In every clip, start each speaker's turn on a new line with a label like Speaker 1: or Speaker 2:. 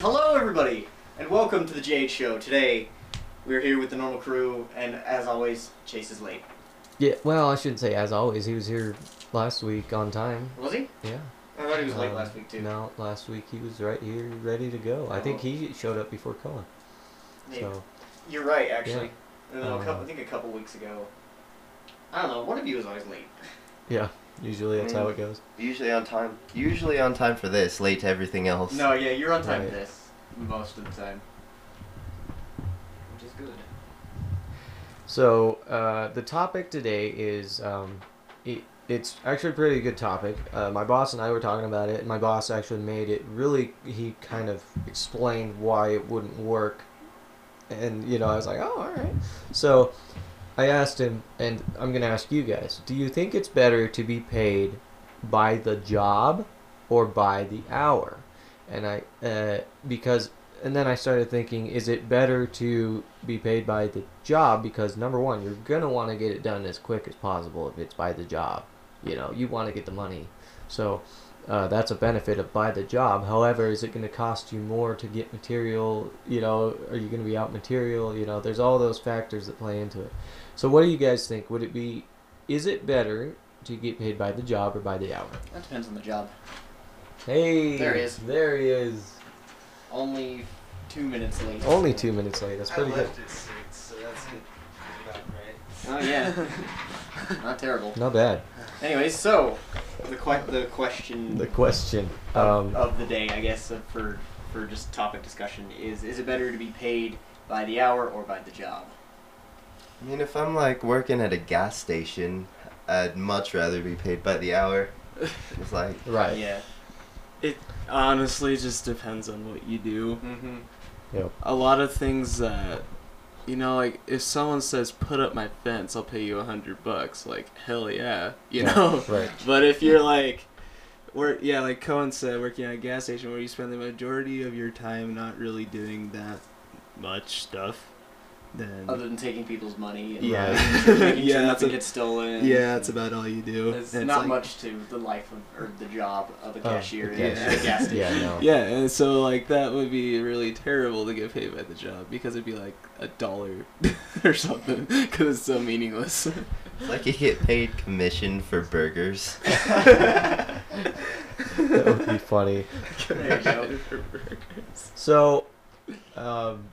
Speaker 1: Hello, everybody, and welcome to the Jade Show. Today, we're here with the normal crew, and as always, Chase is late.
Speaker 2: Yeah, well, I shouldn't say as always. He was here last week on time.
Speaker 1: Was he?
Speaker 2: Yeah.
Speaker 1: I thought he was late
Speaker 2: Um,
Speaker 1: last week, too.
Speaker 2: No, last week he was right here, ready to go. I think
Speaker 1: Oh.
Speaker 2: he showed up before Cohen.
Speaker 1: Yeah,
Speaker 2: So
Speaker 1: You're right, actually. And then a
Speaker 3: Uh-huh.
Speaker 2: Um,
Speaker 1: couple, I think a couple weeks ago. I don't know, one of you was always late.
Speaker 2: yeah, usually that's how it goes.
Speaker 4: Usually on time. Usually on time for this, late to everything else.
Speaker 1: No, yeah, you're on time for
Speaker 2: Right.
Speaker 1: this, most of the time. Which is good.
Speaker 2: So uh, the topic today is um, it, it's actually a pretty good topic. Uh, my boss and I were talking about it, and my boss actually made it really. He kind of explained why it wouldn't work, and you know I was like, oh, all right. So I asked him, and I'm gonna ask you guys: Do you think it's better to be paid by the job or by the hour? And I uh, because and then I started thinking, is it better to be paid by the job? Because number one, you're gonna want to get it done as quick as possible if it's by the job. You know, you want to get the money, so uh, that's a benefit of by the job. However, is it gonna cost you more to get material? You know, are you gonna be out material? You know, there's all those factors that play into it. So, what do you guys think? Would it be, is it better to get paid by the job or by the hour?
Speaker 1: That depends on the job.
Speaker 2: Hey,
Speaker 1: There he is.
Speaker 2: There he is.
Speaker 1: Only two minutes late.
Speaker 2: Only two minutes late. That's pretty good.
Speaker 3: at six, so that's good. Not great.
Speaker 1: Oh, yeah. Not terrible.
Speaker 2: Not bad.
Speaker 1: Anyways, so, the, que- the question.
Speaker 2: The question. Um,
Speaker 1: of the day, I guess, uh, for for just topic discussion is: is it better to be paid by the hour or by the job?
Speaker 4: I mean, if I'm like working at a gas station, I'd much rather be paid by the hour. It's like,
Speaker 2: right.
Speaker 1: oh, Yeah.
Speaker 3: Honestly, it just depends on what you do.
Speaker 1: Mm-hmm.
Speaker 3: A lot of things that, you know, like if someone says put up my fence, I'll pay you a hundred bucks. Like hell yeah, you
Speaker 2: Yeah,
Speaker 3: know.
Speaker 2: Right.
Speaker 3: But if you're like, where yeah, like Cohen said, working at a gas station where you spend the majority of your time not really doing that much stuff, then
Speaker 1: Other than taking people's money. And
Speaker 3: Yeah.
Speaker 1: Making
Speaker 3: Yeah,
Speaker 1: sure
Speaker 3: that's
Speaker 1: nothing
Speaker 3: a-
Speaker 1: gets stolen.
Speaker 3: yeah, that's about all you do.
Speaker 1: It's
Speaker 3: And it's
Speaker 1: not
Speaker 3: like-
Speaker 1: much to the life of or the job of a
Speaker 2: Oh,
Speaker 1: cashier
Speaker 2: yeah.
Speaker 1: at a gas station.
Speaker 2: Yeah. No.
Speaker 3: Yeah, and so like that would be really terrible to get paid by the job because it'd be like a dollar or something because it's so meaningless.
Speaker 4: it's like you get paid commission for burgers.
Speaker 2: That would be funny.
Speaker 1: There you go.
Speaker 2: So, um,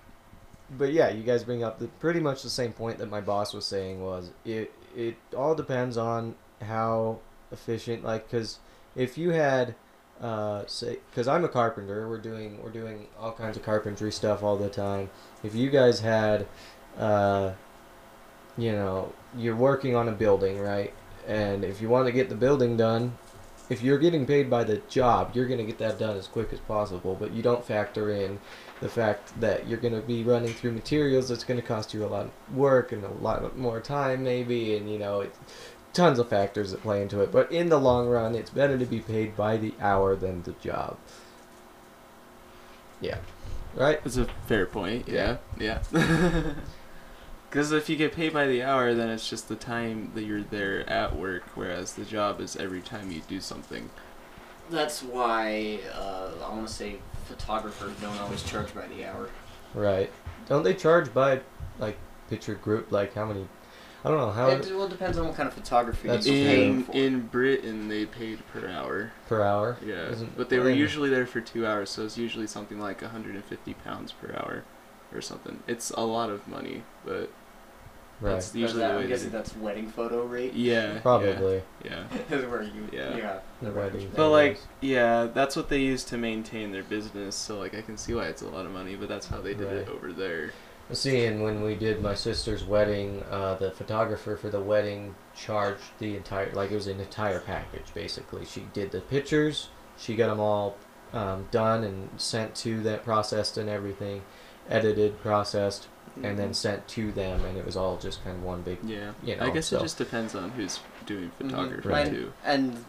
Speaker 2: but yeah, you guys bring up the, pretty much the same point that my boss was saying was it it all depends on how efficient like because if you had uh say because I'm a carpenter we're doing we're doing all kinds of carpentry stuff all the time if you guys had uh you know you're working on a building right and if you want to get the building done if you're getting paid by the job, you're going to get that done as quick as possible, but you don't factor in the fact that you're going to be running through materials that's going to cost you a lot of work and a lot more time maybe and you know it, tons of factors that play into it. But in the long run, it's better to be paid by the hour than the job. Yeah. Right?
Speaker 3: That's a fair point. Yeah, yeah. Because if you get paid by the hour, then it's just the time that you're there at work, whereas the job is every time you do something.
Speaker 1: That's why uh, I want to say photographers don't always charge by the hour.
Speaker 2: Right. Don't they charge by like picture group like how many I don't know how
Speaker 1: It well depends on what kind of photography
Speaker 2: That's
Speaker 1: you're paying
Speaker 3: In
Speaker 1: for.
Speaker 3: in Britain, they paid per hour.
Speaker 2: per hour.
Speaker 3: Yeah,
Speaker 2: Isn't-
Speaker 3: but they were
Speaker 2: yeah.
Speaker 3: usually there for two hours, so it's usually something like 150 pounds per hour, or something. It's a lot of money, but
Speaker 2: Right.
Speaker 3: that's usually
Speaker 1: that,
Speaker 3: the way.
Speaker 1: I'm
Speaker 3: they
Speaker 1: guessing
Speaker 3: do.
Speaker 1: that's wedding photo rate.
Speaker 3: Yeah,
Speaker 2: Probably.
Speaker 3: Yeah, yeah.
Speaker 1: is where you
Speaker 3: Yeah.
Speaker 1: yeah
Speaker 2: The wedding.
Speaker 3: but like, yeah, that's what they use to maintain their business. So like, I can see why it's a lot of money, but that's how they did it
Speaker 2: Right.
Speaker 3: over there.
Speaker 2: See, and when we did my sister's wedding, uh, the photographer for the wedding charged the entire, like it was an entire package basically. She did the pictures, she got them all um, done and sent to that processed and everything, edited, processed, and
Speaker 3: Mm-hmm.
Speaker 2: then sent to them, and it was all just kind of one big.
Speaker 3: yeah,
Speaker 2: you
Speaker 3: I
Speaker 2: know,
Speaker 3: guess
Speaker 2: so-
Speaker 3: it just depends on who's doing photography
Speaker 2: Right.
Speaker 3: too.
Speaker 1: and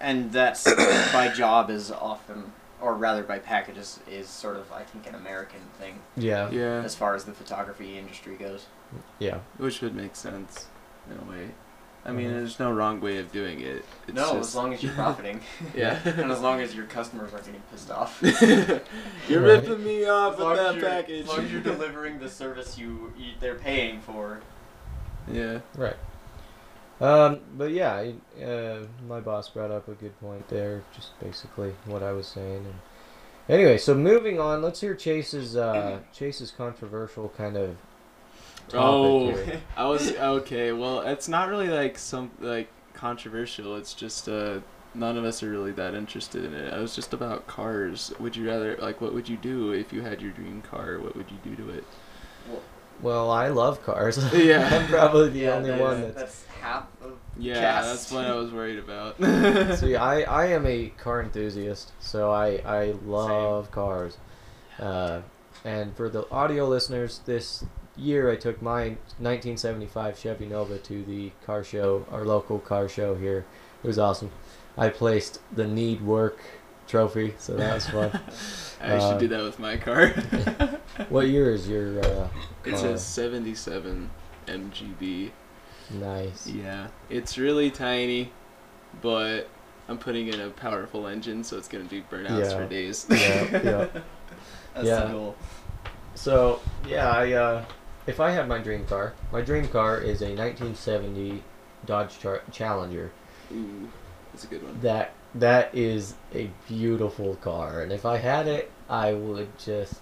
Speaker 1: and that's by job is often or rather by packages is sort of I think an American thing
Speaker 2: Yeah, yeah,
Speaker 3: Yeah,
Speaker 1: as far as the photography industry goes.
Speaker 2: yeah,
Speaker 3: which would make sense in a way. I mean,
Speaker 2: Mhm.
Speaker 3: there's no wrong way of doing it. It's
Speaker 1: no,
Speaker 3: just,
Speaker 1: as long as you're profiting,
Speaker 3: yeah.
Speaker 1: and as long as your customers aren't getting pissed off.
Speaker 3: You're
Speaker 2: Right.
Speaker 3: ripping me
Speaker 1: As
Speaker 3: off
Speaker 1: long
Speaker 3: with
Speaker 1: as
Speaker 3: that
Speaker 1: you're-
Speaker 3: package.
Speaker 1: As long as you're delivering the service you, you they're paying for.
Speaker 3: yeah.
Speaker 2: Right. Um, but yeah, I- uh, my boss brought up a good point there, just basically what I was saying. And anyway, so moving on, let's hear Chase's uh, Chase's controversial kind of. Topic
Speaker 3: Oh.
Speaker 2: here.
Speaker 3: I was okay. Well, it's not really like some like controversial. It's just uh, none of us are really that interested in it. I was just about cars. Would you rather like what would you do if you had your dream car? What would you do to it?
Speaker 2: Well, I love cars.
Speaker 3: Yeah.
Speaker 2: I'm probably the
Speaker 1: Yeah,
Speaker 2: only
Speaker 1: that's,
Speaker 2: one that's.
Speaker 1: that's half of.
Speaker 3: Yeah,
Speaker 1: Cast.
Speaker 3: that's what I was worried about.
Speaker 2: See, I, I am a car enthusiast, so I, I love cars. Uh, and for the audio listeners, this year I took my 1975 Chevy Nova to the car show, our local car show here. It was awesome. I placed the Need Work trophy, so that was fun.
Speaker 3: I should do that with my car.
Speaker 2: what year is your uh,
Speaker 3: It's
Speaker 2: car?
Speaker 3: a 77 MGB.
Speaker 2: Nice.
Speaker 3: Yeah. It's really tiny, but I'm putting in a powerful engine, so it's going to do burnouts
Speaker 2: Yeah.
Speaker 3: for days.
Speaker 2: Yeah, yeah.
Speaker 1: That's
Speaker 2: Yeah.
Speaker 1: the goal.
Speaker 2: So yeah, I uh, if I had my dream car, my dream car is a 1970 Dodge Char- Challenger.
Speaker 3: Ooh, that's a good one.
Speaker 2: That that is a beautiful car, and if I had it, I would just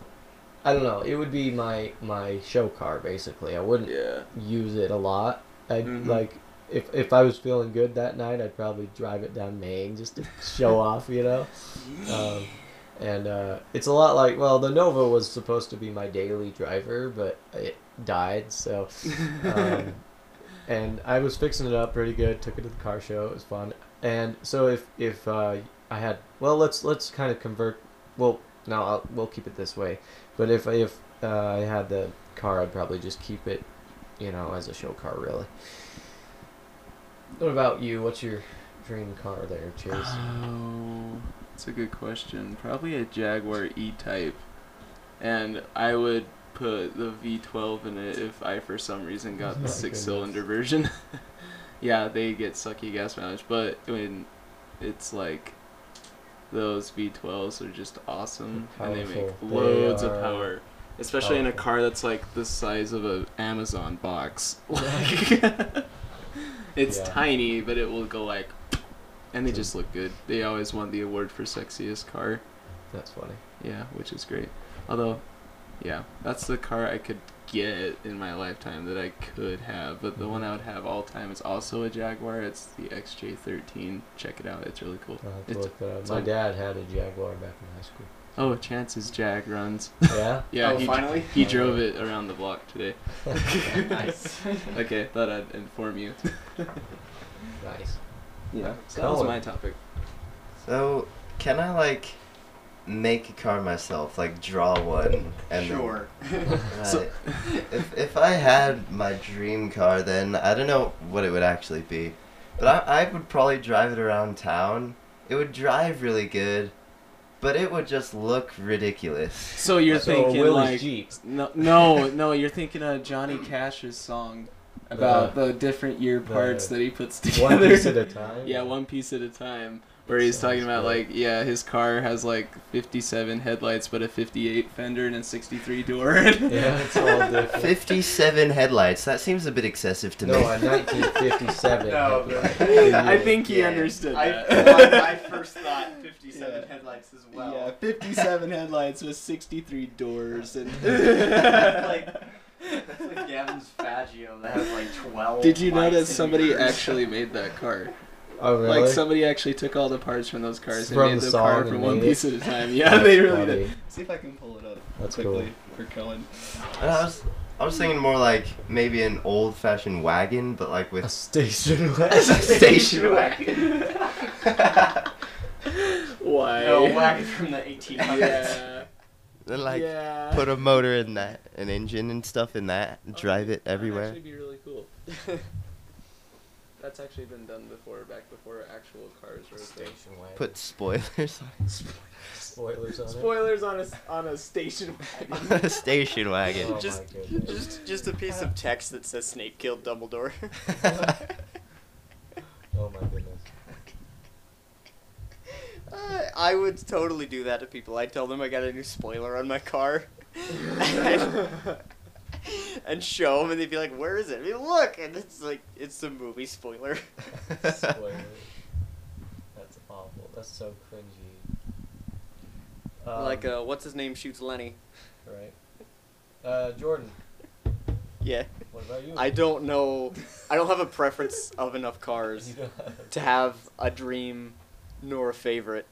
Speaker 2: I don't know. It would be my my show car basically. I wouldn't
Speaker 3: Yeah.
Speaker 2: use it a lot. I would
Speaker 3: Mhm.
Speaker 2: like if if I was feeling good that night, I'd probably drive it down Maine just to show off, you know. Um, and uh, it's a lot like well, the Nova was supposed to be my daily driver, but it died. So, um, and I was fixing it up pretty good. Took it to the car show. It was fun. And so if if uh, I had well, let's let's kind of convert. Well, no, I'll, we'll keep it this way. But if if uh, I had the car, I'd probably just keep it, you know, as a show car, really. What about you? What's your dream car there, Chase?
Speaker 3: Oh, that's a good question. Probably a Jaguar E-Type, and I would put the V12 in it if I, for some reason, got the
Speaker 2: My
Speaker 3: six-cylinder version. yeah, they get sucky gas mileage, but I mean, it's like those V12s are just awesome, and they make
Speaker 2: Powerful. They
Speaker 3: loads
Speaker 2: are
Speaker 3: of power. Especially in a
Speaker 2: powerful.
Speaker 3: car that's like the size of a Amazon box. Like, it's
Speaker 2: Yeah.
Speaker 3: tiny, but it will go like and they
Speaker 2: True.
Speaker 3: just look good. They always won the award for sexiest car.
Speaker 2: That's funny.
Speaker 3: Yeah, which is great. Although, yeah, that's the car I could get in my lifetime that I could have. But the one I would have all time is also a Jaguar. It's the XJ13. Check it out. It's really cool.
Speaker 2: I'll have to
Speaker 3: It's,
Speaker 2: look that up.
Speaker 3: it's
Speaker 2: My
Speaker 3: on-
Speaker 2: dad had a Jaguar back in high school.
Speaker 3: oh, chances Jag runs.
Speaker 2: Yeah.
Speaker 3: Yeah,
Speaker 1: Oh,
Speaker 3: he,
Speaker 1: finally?
Speaker 3: he drove it around the block today.
Speaker 1: nice.
Speaker 3: Okay, thought I'd inform you.
Speaker 2: nice.
Speaker 3: Yeah, so that was
Speaker 2: Colin.
Speaker 3: my topic.
Speaker 4: So, can I like make a car myself? Like draw one and then-
Speaker 1: sure.
Speaker 4: Right.
Speaker 3: So-
Speaker 4: if if I had my dream car, then I don't know what it would actually be, but I I would probably drive it around town. It would drive really good, but it would just look ridiculous.
Speaker 3: So you're
Speaker 2: so
Speaker 3: thinking
Speaker 2: Willie's
Speaker 3: like
Speaker 2: Jeep.
Speaker 3: No, no, no. You're thinking of Johnny Cash's song about the, different year
Speaker 2: Uh, the-
Speaker 3: parts that he puts
Speaker 2: One
Speaker 3: together.
Speaker 2: piece at a time.
Speaker 3: yeah, one piece at a time. Where he's
Speaker 2: Sounds
Speaker 3: talking about
Speaker 2: great.
Speaker 3: like, yeah, his car has like 57 headlights, but a 58 fender and a 63 door.
Speaker 2: Yeah, it's all different.
Speaker 4: Fifty-seven headlights. That seems a bit excessive to
Speaker 2: no,
Speaker 4: me.
Speaker 2: a 1957.
Speaker 1: No,
Speaker 2: headlight.
Speaker 1: but-
Speaker 2: Yeah.
Speaker 3: I think he
Speaker 1: Yeah.
Speaker 3: understood
Speaker 1: I,
Speaker 3: that.
Speaker 1: I, I first thought 57
Speaker 3: Yeah.
Speaker 1: headlights as
Speaker 3: yeah,
Speaker 1: well.
Speaker 3: 57 headlights with 63 doors and.
Speaker 1: Like- That's like Gavin's Faggio that has like 12.
Speaker 3: Did you
Speaker 1: lights
Speaker 3: notice
Speaker 1: in
Speaker 3: somebody
Speaker 1: yours.
Speaker 3: actually made that car?
Speaker 2: Oh really?
Speaker 3: Like somebody actually took all the parts from those cars
Speaker 2: From
Speaker 3: and
Speaker 2: the
Speaker 3: made the
Speaker 2: song
Speaker 3: car
Speaker 2: and
Speaker 3: from one
Speaker 2: made it.
Speaker 3: piece at a time. Yeah, they
Speaker 2: That's
Speaker 3: really did.
Speaker 2: funny.
Speaker 3: See if I can pull it up
Speaker 2: That's
Speaker 3: quickly for Cohen.
Speaker 4: And I was I was thinking more like maybe an old-fashioned wagon, but like
Speaker 2: cool. A
Speaker 4: with
Speaker 2: station
Speaker 4: a
Speaker 2: wagon.
Speaker 4: station wagon.
Speaker 3: Why?
Speaker 1: No, wagon from the 1800s.
Speaker 3: Yeah.
Speaker 4: Then like
Speaker 3: yeah.
Speaker 4: put a motor in that, an engine and stuff in that, drive it everywhere.
Speaker 3: That'd actually be really cool. That's actually been done before, back before actual cars were a thing.
Speaker 2: wagon.
Speaker 4: Put spoilers
Speaker 2: spoilers on
Speaker 3: Spoilers on a s- on a station wagon.
Speaker 4: on a station
Speaker 2: it.
Speaker 4: wagon.
Speaker 2: Oh,
Speaker 5: Just-
Speaker 2: my goodness.
Speaker 5: Just, just a piece of text that says Snape killed Dumbledore.
Speaker 2: Oh
Speaker 1: I would totally do that to people. I'd tell them I got a new spoiler on my car. and, and show them, and they'd be like, "Where is it?" I mean, look, and it's like it's the movie spoiler.
Speaker 2: Spoiler. That's awful. That's so cringy. Um,
Speaker 1: like, uh, what's his name shoots Lenny.
Speaker 2: Right. Uh, Jordan,
Speaker 1: Yeah.
Speaker 2: what about you?
Speaker 1: I don't know. I don't have a preference of enough cars to have a dream nor a favorite.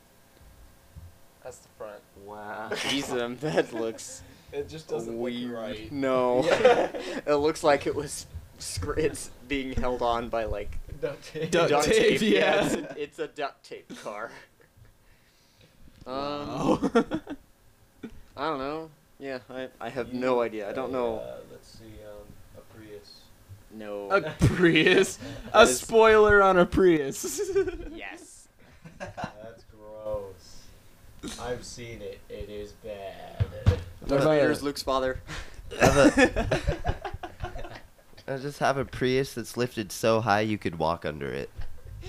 Speaker 5: That's the front.
Speaker 2: Wow.
Speaker 1: Jesus, um, that looks
Speaker 5: It just doesn't
Speaker 1: weird.
Speaker 5: look right.
Speaker 1: No,
Speaker 5: Yeah.
Speaker 1: it looks like it was. scr- It's being held on by like
Speaker 2: Duct tape.
Speaker 3: Duct tape, yeah.
Speaker 1: it's, a, it's a duct tape car. Um,
Speaker 3: Wow.
Speaker 1: I don't know. Yeah, I, I have no idea. I don't know.
Speaker 2: Uh, let's see. Um, a Prius.
Speaker 1: No.
Speaker 3: a Prius. A
Speaker 1: That is-
Speaker 3: spoiler on a Prius.
Speaker 1: Yes.
Speaker 2: That's gross. I've seen it. It is bad.
Speaker 3: What about
Speaker 1: Here's
Speaker 3: a-
Speaker 1: Luke's father.
Speaker 4: Have a- I just have a Prius that's lifted so high you could walk under it.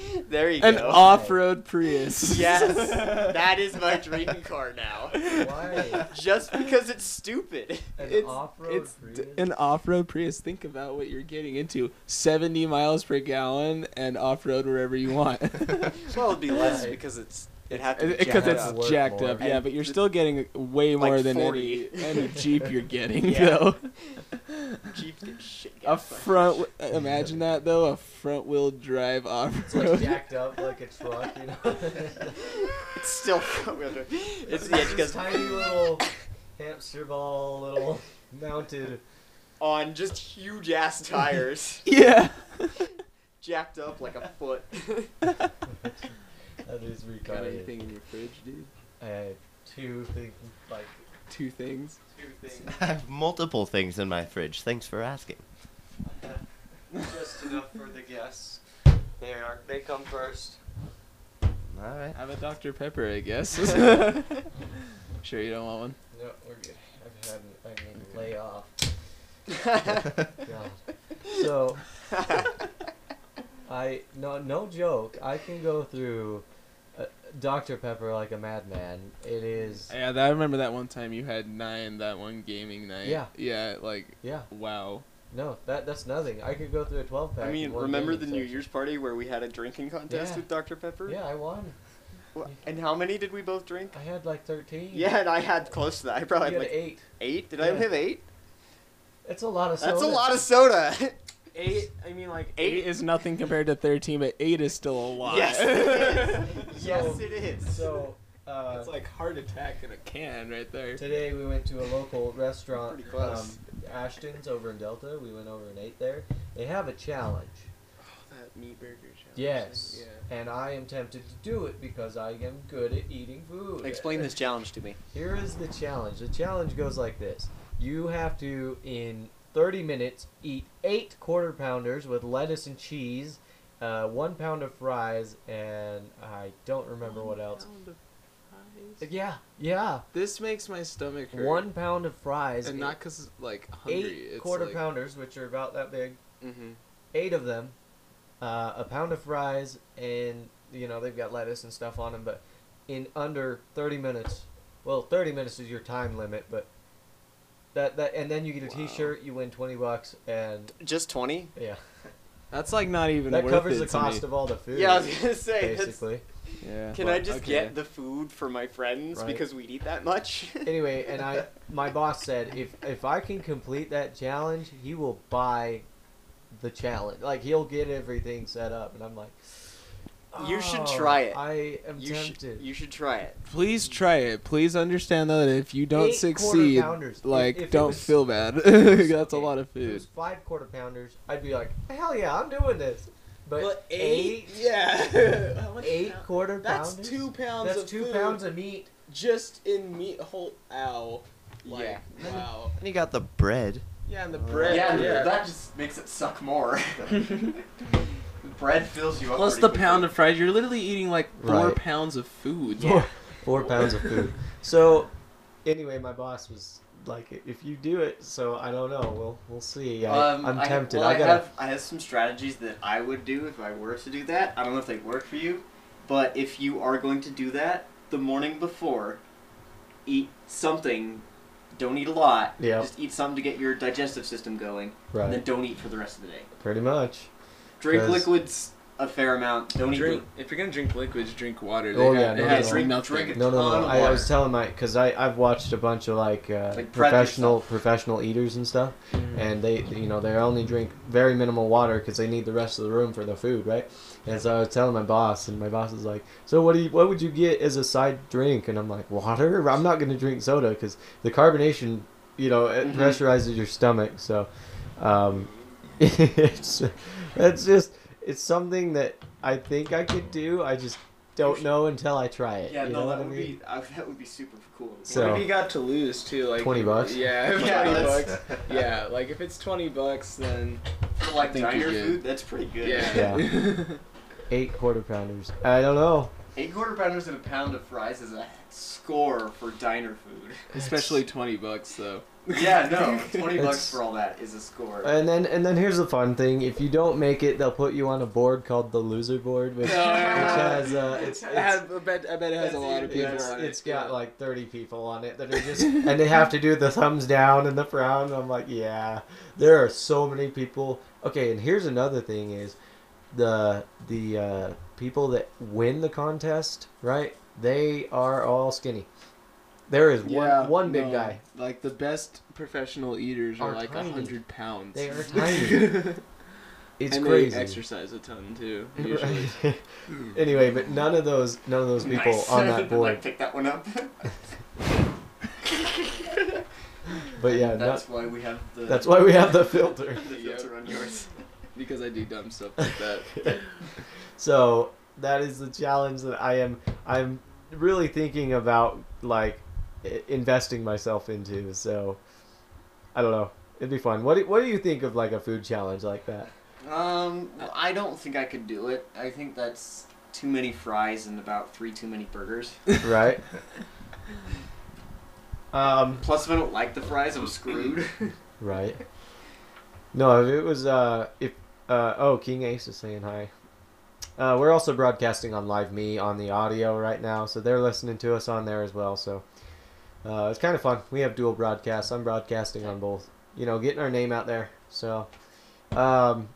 Speaker 1: There you
Speaker 3: An
Speaker 1: go.
Speaker 3: off-road Prius.
Speaker 1: Yes, that is my dream car now.
Speaker 2: Why?
Speaker 1: Just because it's stupid.
Speaker 2: An
Speaker 3: It's-
Speaker 2: off-road
Speaker 3: it's
Speaker 2: Prius.
Speaker 3: d- an off-road Prius. Think about what you're getting into: 70 miles per gallon and off-road wherever you want.
Speaker 1: Well, it'd be less
Speaker 2: Right.
Speaker 1: because it's it had to be
Speaker 3: Because
Speaker 1: jacked
Speaker 3: it's
Speaker 1: up.
Speaker 2: Work
Speaker 3: jacked
Speaker 2: more.
Speaker 3: up, yeah.
Speaker 1: And
Speaker 3: But you're
Speaker 1: th-
Speaker 3: still getting way
Speaker 1: like
Speaker 3: more than
Speaker 1: 40.
Speaker 3: any any Jeep you're getting,
Speaker 1: Yeah.
Speaker 3: though.
Speaker 1: Jeep did shit.
Speaker 3: A
Speaker 1: gas station.
Speaker 3: front. w- Imagine that though. A front-wheel drive
Speaker 2: It's like
Speaker 3: off-road.
Speaker 2: jacked up like a truck, you know.
Speaker 1: It's still front wheel drive. It's yeah,
Speaker 2: This
Speaker 1: because
Speaker 2: tiny little hamster ball, little mounted.
Speaker 1: on just huge ass tires,
Speaker 3: yeah.
Speaker 1: jacked up like a foot.
Speaker 2: That is
Speaker 3: Got
Speaker 2: retarded.
Speaker 3: anything in your fridge, dude?
Speaker 2: I had two things like
Speaker 3: Two things.
Speaker 4: I have multiple things in my fridge. Thanks for asking.
Speaker 2: just enough for the guests. They are. They come first.
Speaker 4: All right.
Speaker 3: Have a Dr Pepper, I guess. sure, you don't want one.
Speaker 2: No, we're good. I've had. I need to lay off. God. So I no no joke. I can go through uh, Dr Pepper like a madman. It is
Speaker 3: Yeah, that, I remember that one time you had nine that one gaming night.
Speaker 2: Yeah.
Speaker 3: Yeah, like
Speaker 2: yeah.
Speaker 3: wow.
Speaker 2: No, that that's nothing. I could go through a twelve pack.
Speaker 1: I
Speaker 2: in
Speaker 1: mean,
Speaker 2: one
Speaker 1: remember the
Speaker 2: gaming
Speaker 1: New
Speaker 2: session.
Speaker 1: Year's party where we had a drinking contest
Speaker 2: Yeah.
Speaker 1: with Dr Pepper?
Speaker 2: Yeah, I won.
Speaker 1: Wha- And how many did we both drink?
Speaker 2: I had like thirteen.
Speaker 1: Yeah, and I had close to that. I
Speaker 2: you
Speaker 1: probably
Speaker 2: had
Speaker 1: had like
Speaker 2: eight.
Speaker 1: eight. Did I
Speaker 2: Yeah.
Speaker 1: have eight?
Speaker 2: That's a lot of.
Speaker 1: That's a
Speaker 2: soda.
Speaker 1: lot of soda.
Speaker 3: Eight I mean like
Speaker 1: eight-
Speaker 3: is nothing compared to thirteen, but eight is still a lot.
Speaker 1: Yes, it is.
Speaker 2: So-
Speaker 1: yes, it is.
Speaker 2: So uh,
Speaker 3: it's like heart attack in a can right there.
Speaker 2: Today we went to a local restaurant,
Speaker 1: Pretty
Speaker 2: um,
Speaker 1: close.
Speaker 2: Ashton's over in Delta. We went over and ate there. They have a challenge.
Speaker 1: that meat burger challenge.
Speaker 2: Yes. And I am tempted to do it because I am good at eating food.
Speaker 1: Explain this challenge to me.
Speaker 2: Here is the challenge. The challenge goes like this. You have to in 30 minutes eat 8 quarter pounders with lettuce and cheese, uh, 1 pound of fries and I don't remember what else. Yeah. Yeah.
Speaker 3: This makes my stomach hurt.
Speaker 2: 1 pound of fries.
Speaker 3: and not because like hungry.
Speaker 2: eight
Speaker 3: it's
Speaker 2: quarter
Speaker 3: like,
Speaker 2: pounders, which are about that big,
Speaker 1: Mm-hmm.
Speaker 2: eight of them, uh, a pound of fries, and you know they've got lettuce and stuff on them. But in under thirty minutes, well, thirty minutes is your time limit, but that that and then you get a
Speaker 3: Wow.
Speaker 2: shirt you win twenty bucks, and
Speaker 1: Just twenty?
Speaker 2: yeah,
Speaker 3: That's like not even
Speaker 2: that
Speaker 3: worth
Speaker 2: covers
Speaker 3: it
Speaker 2: the
Speaker 3: to me.
Speaker 2: cost of all the food.
Speaker 1: Yeah, I was gonna say. That's,
Speaker 2: basically.
Speaker 3: Yeah.
Speaker 1: can I
Speaker 3: Well,
Speaker 1: just
Speaker 3: okay.
Speaker 1: get the food for my friends
Speaker 2: Right.
Speaker 1: because we'd eat that much?
Speaker 2: anyway, and I, my boss said if if I can complete that challenge, he will buy the challenge. Like he'll get everything set up, and I'm like,
Speaker 1: You should
Speaker 2: "Oh,
Speaker 1: try it.
Speaker 2: I am
Speaker 1: you should
Speaker 2: tempted.
Speaker 1: you should try it.
Speaker 3: Please try it. Please understand though that if you don't
Speaker 2: Eight quarter
Speaker 3: succeed,
Speaker 2: pounders. If-
Speaker 3: like
Speaker 2: if it
Speaker 3: don't
Speaker 2: was-
Speaker 3: feel bad.
Speaker 2: was-
Speaker 3: That's a lot of
Speaker 2: If it
Speaker 3: food.
Speaker 2: was five quarter pounders, I'd be like, hell yeah, I'm doing this. But, eight,
Speaker 3: Yeah. How much
Speaker 2: eight
Speaker 3: pound-
Speaker 2: quarter
Speaker 3: That's
Speaker 2: pounders.
Speaker 3: two pounds
Speaker 2: That's
Speaker 3: of
Speaker 2: two
Speaker 3: food
Speaker 2: pounds of meat.
Speaker 3: just in meat whole ow. Like
Speaker 1: Yeah.
Speaker 3: wow.
Speaker 4: Then you got the bread.
Speaker 3: Yeah, and the
Speaker 4: Uh,
Speaker 3: bread.
Speaker 1: yeah,
Speaker 3: yeah.
Speaker 1: that just makes it suck more. Bread fills you up.
Speaker 3: Plus the pound of fries, you're literally eating like four
Speaker 2: Right.
Speaker 3: pounds of food.
Speaker 2: Four, four pounds of food. So, anyway, my boss was like, if you do it, so I don't know. We'll we'll see. I,
Speaker 1: Um,
Speaker 2: I'm
Speaker 1: I-
Speaker 2: tempted.
Speaker 1: well,
Speaker 2: I,
Speaker 1: I
Speaker 2: gotta.
Speaker 1: have I have some strategies that I would do if I were to do that. I don't know if they work for you, but if you are going to do that, the morning before, eat something. Don't eat a lot.
Speaker 2: Yeah.
Speaker 1: Just eat something to get your digestive system going, and then
Speaker 2: Right.
Speaker 1: don't eat for the rest of the day.
Speaker 2: Pretty much.
Speaker 1: Drink
Speaker 2: 'Cause-
Speaker 1: liquids a fair amount. Don't
Speaker 3: drink.
Speaker 1: eat.
Speaker 3: If you're gonna drink liquids, drink water. They
Speaker 2: Oh,
Speaker 3: ha-
Speaker 2: yeah,
Speaker 3: it
Speaker 2: no,
Speaker 3: has
Speaker 2: no.
Speaker 3: drink
Speaker 1: Drink-
Speaker 3: nothing.
Speaker 1: drink
Speaker 2: No, no,
Speaker 1: ton
Speaker 2: no.
Speaker 1: of
Speaker 2: I, I
Speaker 1: water.
Speaker 2: was telling my because I I've watched a bunch of like, uh,
Speaker 1: Like prep
Speaker 2: professional
Speaker 1: yourself.
Speaker 2: professional eaters and stuff, and they you know they only drink very minimal water because they need the rest of the room for their food, right? And so I was telling my boss, and my boss was like, "So what do you, what would you get as a side drink?" And I'm like, "Water? I'm not gonna drink soda because the carbonation, you know, it
Speaker 1: Mhm.
Speaker 2: pressurizes your stomach, so." Um, it's it's just it's something that I think I could do. I just don't know until I try it.
Speaker 1: Yeah,
Speaker 2: you know
Speaker 1: no,
Speaker 2: what
Speaker 1: that
Speaker 2: I
Speaker 1: would
Speaker 2: mean?
Speaker 1: be I, that would be super cool.
Speaker 2: So-
Speaker 3: What have you got to lose too? Like
Speaker 2: 20 bucks?
Speaker 3: Yeah,
Speaker 1: Yeah,
Speaker 3: twenty
Speaker 1: that's-
Speaker 3: bucks. Yeah, like if it's twenty bucks, then
Speaker 1: for like
Speaker 3: think
Speaker 1: diner
Speaker 3: you're good.
Speaker 1: food, that's pretty good.
Speaker 3: yeah.
Speaker 2: Eight quarter pounders. I don't know.
Speaker 1: Eight quarter pounders and a pound of fries is a score for diner food.
Speaker 3: Especially twenty bucks though.
Speaker 1: Yeah, no, twenty bucks
Speaker 2: It's-
Speaker 1: for all that is a score.
Speaker 2: And then and then here's the fun thing: if you don't make it, they'll put you on a board called the loser board,
Speaker 3: Oh,
Speaker 2: which, which has uh, it's,
Speaker 3: I,
Speaker 2: it's
Speaker 3: have- I bet, I bet it has a
Speaker 1: That's
Speaker 3: lot of
Speaker 1: even-
Speaker 3: people
Speaker 2: it's,
Speaker 3: on it.
Speaker 2: it's got like 30 people on it that are just and they have to do the thumbs down and the frown i'm like yeah there are so many people okay and here's another thing is the the uh, people that win the contest right they are all skinny there is one one big
Speaker 3: no.
Speaker 2: guy
Speaker 3: Like the best professional eaters are,
Speaker 2: Are
Speaker 3: like
Speaker 2: tiny.
Speaker 3: a hundred pounds.
Speaker 2: They are tiny. it's
Speaker 3: and
Speaker 2: crazy
Speaker 3: they exercise a ton too. Usually.
Speaker 2: Right. anyway but none of those none of those people
Speaker 1: Nice.
Speaker 2: on that
Speaker 1: Like,
Speaker 2: board
Speaker 1: pick that one up.
Speaker 2: but yeah no-
Speaker 1: that's why we have the.
Speaker 2: that's why we have the filter
Speaker 1: the filter on yours.
Speaker 3: because I do dumb stuff like that.
Speaker 2: So that is the challenge that I am. I'm really thinking about like i- investing myself into. So I don't know. It'd be fun. What do, What do you think of like a food challenge like that?
Speaker 1: Um, well, I don't think I could do it. I think that's too many fries and about three too many burgers.
Speaker 2: Right. um.
Speaker 1: Plus, if I don't like the fries, I'm screwed.
Speaker 2: Right. No, if it was uh if uh oh King Ace is saying hi. Uh, we're also broadcasting on Live Me on the audio right now, so they're listening to us on there as well. So uh, it's kind of fun. We have dual broadcasts. I'm broadcasting on both. You know, getting our name out there. So, um,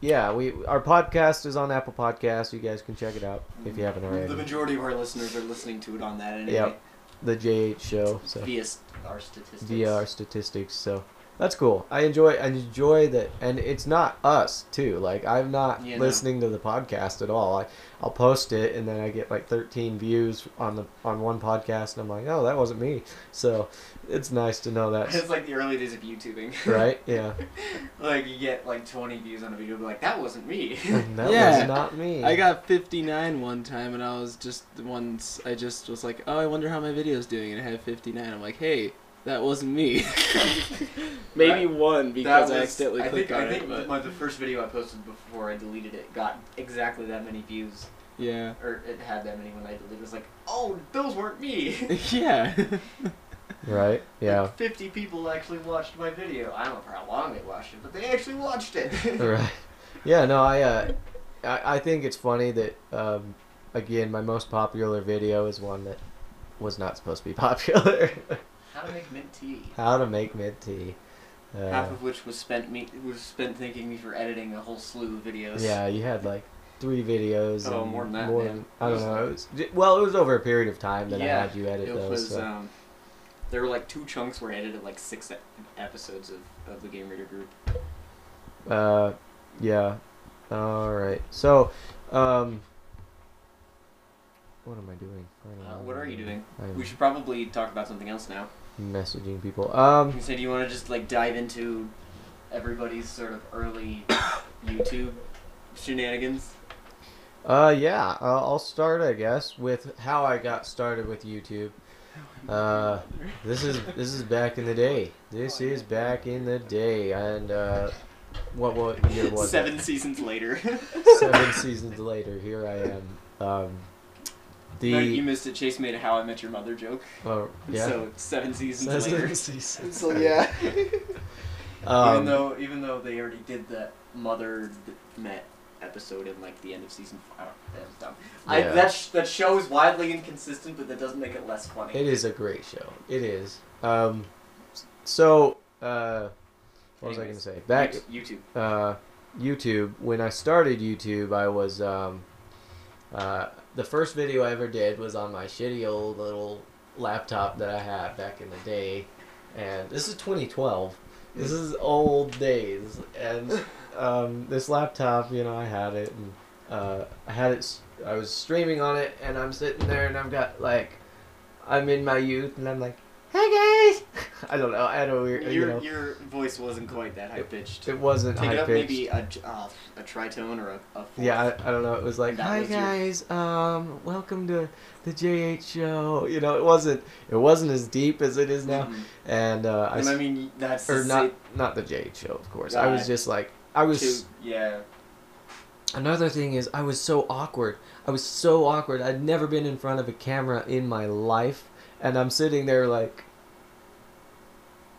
Speaker 2: yeah, we our podcast is on Apple Podcasts. You guys can check it out if you haven't
Speaker 1: the
Speaker 2: already.
Speaker 1: majority of our listeners are listening to it on that anyway.
Speaker 2: Yep. The JH Show. So
Speaker 1: Via s- our statistics.
Speaker 2: via our statistics. So that's cool. I enjoy I enjoy that, and it's not us too. Like I'm not
Speaker 1: Yeah, no.
Speaker 2: listening to the podcast at all. I I'll post it, and then I get like 13 views on the on one podcast, and I'm like, oh, that wasn't me. So it's nice to know that,
Speaker 1: It's like the early days of YouTubing.
Speaker 2: right? Yeah,
Speaker 1: Like you get like 20 views on a video, be like that wasn't me.
Speaker 2: And that
Speaker 3: Yeah.
Speaker 2: was not me.
Speaker 3: I got 59 one time, and I was just once. I just was like, "Oh, I wonder how my video's doing," and I had 59. I'm like, "Hey, that wasn't me." Maybe one because
Speaker 1: That
Speaker 3: I
Speaker 1: was-
Speaker 3: accidentally
Speaker 1: I
Speaker 3: clicked
Speaker 1: think,
Speaker 3: on
Speaker 1: I think
Speaker 3: it. But
Speaker 1: my, the first video I posted before I deleted it got exactly that many views,
Speaker 3: yeah,
Speaker 1: or it had that many when I deleted. It It was like, oh, those weren't me.
Speaker 3: yeah.
Speaker 2: right. Yeah.
Speaker 1: Like, Fifty people actually watched my video. I don't know how long they watched it, but they actually watched it.
Speaker 2: right. Yeah, no, I, uh, I, I think it's funny that, um, again, my most popular video is one that was not supposed to be popular.
Speaker 1: How to make mint tea.
Speaker 2: How to make mint tea. Uh,
Speaker 1: Half of which was spent me was spent thanking me for editing a whole slew of videos.
Speaker 2: yeah, you had like three videos.
Speaker 1: Oh,
Speaker 2: and
Speaker 1: more than that, man.
Speaker 2: I don't know. It was, well, it was over a period of time that I
Speaker 1: Yeah,
Speaker 2: had you edit
Speaker 1: It
Speaker 2: those.
Speaker 1: was.
Speaker 2: so.
Speaker 1: Um, there were like two chunks where I edited like six e- episodes of, of the Game Reader group.
Speaker 2: Uh, yeah. All right. So, um, what am I doing? I don't
Speaker 1: Uh,
Speaker 2: know.
Speaker 1: what are you doing?
Speaker 2: I'm
Speaker 1: We should probably talk about something else now.
Speaker 2: messaging people. Um,
Speaker 1: You said you want to just like dive into everybody's sort of early YouTube shenanigans.
Speaker 2: Uh, yeah, uh, I'll start, I guess, with how I got started with YouTube. Uh, this is this is back in the day. This is back in the day, and uh, what what year was
Speaker 1: Seven seasons later.
Speaker 2: it? Seven seasons later, here I am. Um,
Speaker 1: No, you
Speaker 2: the
Speaker 1: missed it. Chase made a How I Met Your Mother joke.
Speaker 2: oh yeah,
Speaker 1: So seven seasons
Speaker 2: seven
Speaker 1: later.
Speaker 2: seasons.
Speaker 1: so yeah.
Speaker 2: Um,
Speaker 1: even though even though they already did the mother d- met episode in like the end of season four. I, don't- that was dumb. I,
Speaker 4: Yeah.
Speaker 1: that, sh- that show is wildly inconsistent, but that doesn't make it less funny.
Speaker 2: It is a great show. It is. Um, so uh, what was I going
Speaker 1: Anyways,
Speaker 2: to say? Back
Speaker 1: YouTube.
Speaker 2: uh, YouTube. When I started YouTube, I was um, uh, the first video I ever did was on my shitty old little laptop that I had back in the day, and this is 2012. This is old days, and um, this laptop, you know, I had it, and uh, I had it. s- I was streaming on it, and I'm sitting there, and I've got like, I'm in my youth, and I'm like, "Hey guys," I don't know. I had a weird, you
Speaker 1: Your,
Speaker 2: know,
Speaker 1: your voice wasn't quite that high pitched.
Speaker 2: it wasn't
Speaker 1: Take
Speaker 2: high
Speaker 1: it up
Speaker 2: pitched.
Speaker 1: maybe a, j- uh, a tritone or a, a fourth.
Speaker 2: Yeah, I, I don't know. It was like,
Speaker 1: That
Speaker 2: "Hi
Speaker 1: was your-
Speaker 2: guys, um, welcome to the JH show." You know, it wasn't it wasn't as deep as it is now,
Speaker 1: Mhm.
Speaker 2: and uh, I
Speaker 1: And I
Speaker 2: s-
Speaker 1: mean, that's
Speaker 2: or
Speaker 1: the
Speaker 2: not
Speaker 1: same
Speaker 2: not the JH show, of course. I was
Speaker 1: Right.
Speaker 2: just like, I was.
Speaker 1: too- yeah.
Speaker 2: Another thing is, I was so awkward. I was so awkward. I'd never been in front of a camera in my life, and I'm sitting there like,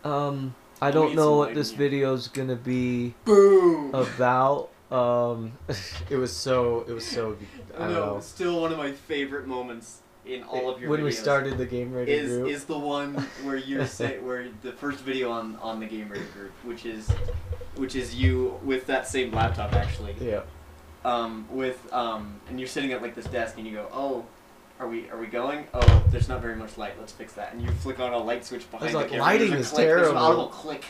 Speaker 2: um, I
Speaker 1: We
Speaker 2: don't
Speaker 1: need
Speaker 2: know
Speaker 1: some
Speaker 2: what
Speaker 1: lighting
Speaker 2: this
Speaker 1: here.
Speaker 2: video's gonna be
Speaker 1: Boom.
Speaker 2: Oh, about. Um, it was so it was so I don't know.
Speaker 1: still one of my favorite moments in all of your
Speaker 2: when
Speaker 1: videos.
Speaker 2: we started the game ready
Speaker 1: is
Speaker 2: group.
Speaker 1: is the one where you say where the first video on on the gamer group, which is which is you with that same laptop actually,
Speaker 2: yeah,
Speaker 1: um, with um, and you're sitting at like this desk and you go, oh, are we are we going? Oh, there's not very much light. Let's fix that. And you flick on a light switch behind
Speaker 2: It's
Speaker 1: the
Speaker 2: like,
Speaker 1: camera.
Speaker 2: lighting
Speaker 1: there's a
Speaker 2: is
Speaker 1: click, There's an
Speaker 2: terrible.
Speaker 1: audible click,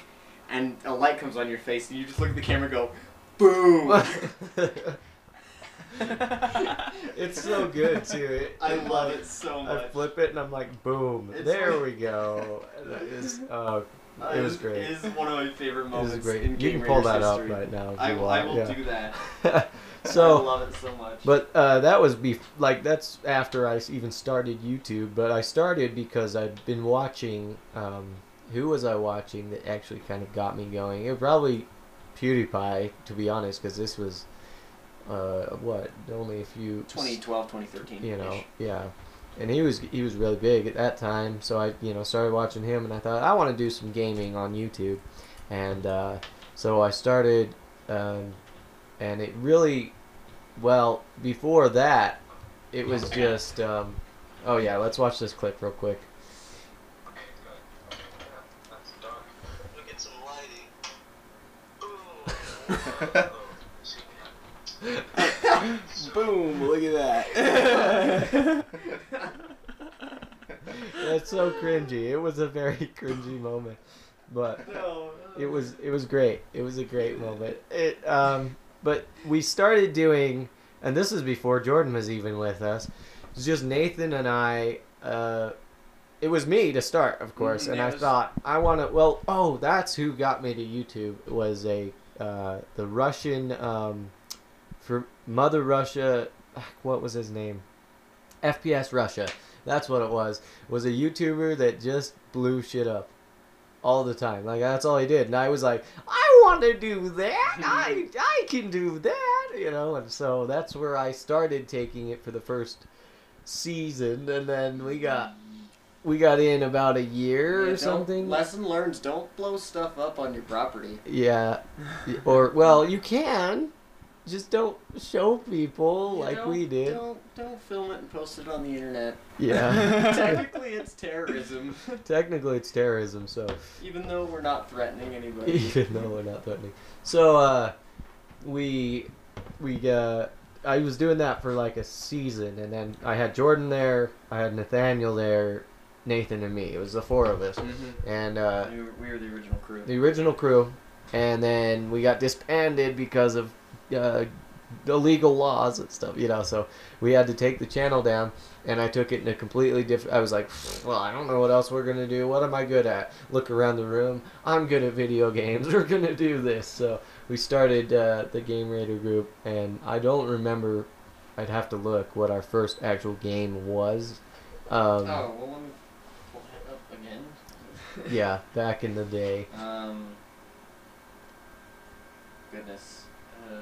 Speaker 1: and a light comes on your face, and you just look at the camera and go, boom.
Speaker 2: it's so good too. It,
Speaker 1: I love it so
Speaker 2: I
Speaker 1: much.
Speaker 2: flip it and I'm like, boom!
Speaker 1: It's
Speaker 2: there
Speaker 1: like-
Speaker 2: we go. That is, uh,
Speaker 1: Uh,
Speaker 2: it was
Speaker 1: it
Speaker 2: great.
Speaker 1: It is one of my favorite
Speaker 2: it was
Speaker 1: moments
Speaker 2: great.
Speaker 1: in
Speaker 2: You
Speaker 1: Game
Speaker 2: can pull
Speaker 1: Raiders
Speaker 2: that up
Speaker 1: history.
Speaker 2: right now if
Speaker 1: I,
Speaker 2: you
Speaker 1: will-
Speaker 2: want.
Speaker 1: I will
Speaker 2: yeah.
Speaker 1: do that. I
Speaker 2: so,
Speaker 1: love it so much.
Speaker 2: but uh, that was be like that's after I s- even started YouTube. But I started because I'd been watching. Um, who was I watching that actually kind of got me going? It was probably PewDiePie, to be honest, because this was uh, what only a few
Speaker 1: 2012, 2013.
Speaker 2: you know yeah and he was he was really big at that time so i you know started watching him and i thought i want to do some gaming on youtube and uh, so i started um, and it really well before that it was just um, oh yeah let's watch this clip real quick
Speaker 3: Boom! Look at that.
Speaker 2: that's so cringy it was a very cringy moment but it was it was great. It was a great moment. It um, but we started doing, and this is before Jordan was even with us. It was just Nathan and I. Uh, it was me to start, of course,
Speaker 1: Mhm,
Speaker 2: and
Speaker 1: yeah, it
Speaker 2: I
Speaker 1: was-
Speaker 2: thought I want to. Well, oh, that's who got me to YouTube was a uh, the Russian um, for Mother Russia. ah, What was his name? FPS Russia. That's what it was. Was a YouTuber that just blew shit up all the time. Like that's all he did. And I was like, I want to do that.
Speaker 1: Hmm.
Speaker 2: I I can do that. You know. And so that's where I started taking it for the first season, and then we got we got in about a year or something.
Speaker 1: Lesson learned: don't blow stuff up on your property.
Speaker 2: Yeah. Or well, you can. Just don't show people like
Speaker 1: Don't-
Speaker 2: we did.
Speaker 1: Don't don't film it and post it on the internet.
Speaker 2: Yeah.
Speaker 1: Technically, it's terrorism,
Speaker 2: Technically, it's terrorism. So.
Speaker 1: even though we're not threatening anybody.
Speaker 2: even though we're not threatening. So uh, we we uh, I was doing that for like a season, and then I had Jordan there, I had Nathaniel there, Nathan and me. It was the four of us,
Speaker 1: Mhm.
Speaker 2: and uh,
Speaker 1: We were- we were the original crew.
Speaker 2: the original crew, and then we got disbanded because of uh, illegal laws and stuff, you know. So we had to take the channel down, and I took it in a completely different. I was like, well, I don't know what else we're gonna do. What am I good at? Look around the room. I'm good at video games. We're gonna do this. So we started uh, the Game Raider group, and I don't remember. I'd have to look what our first actual game was. Um,
Speaker 1: Oh well, let me pull it up again.
Speaker 2: Yeah, back in the day.
Speaker 1: Um. Goodness. Oh.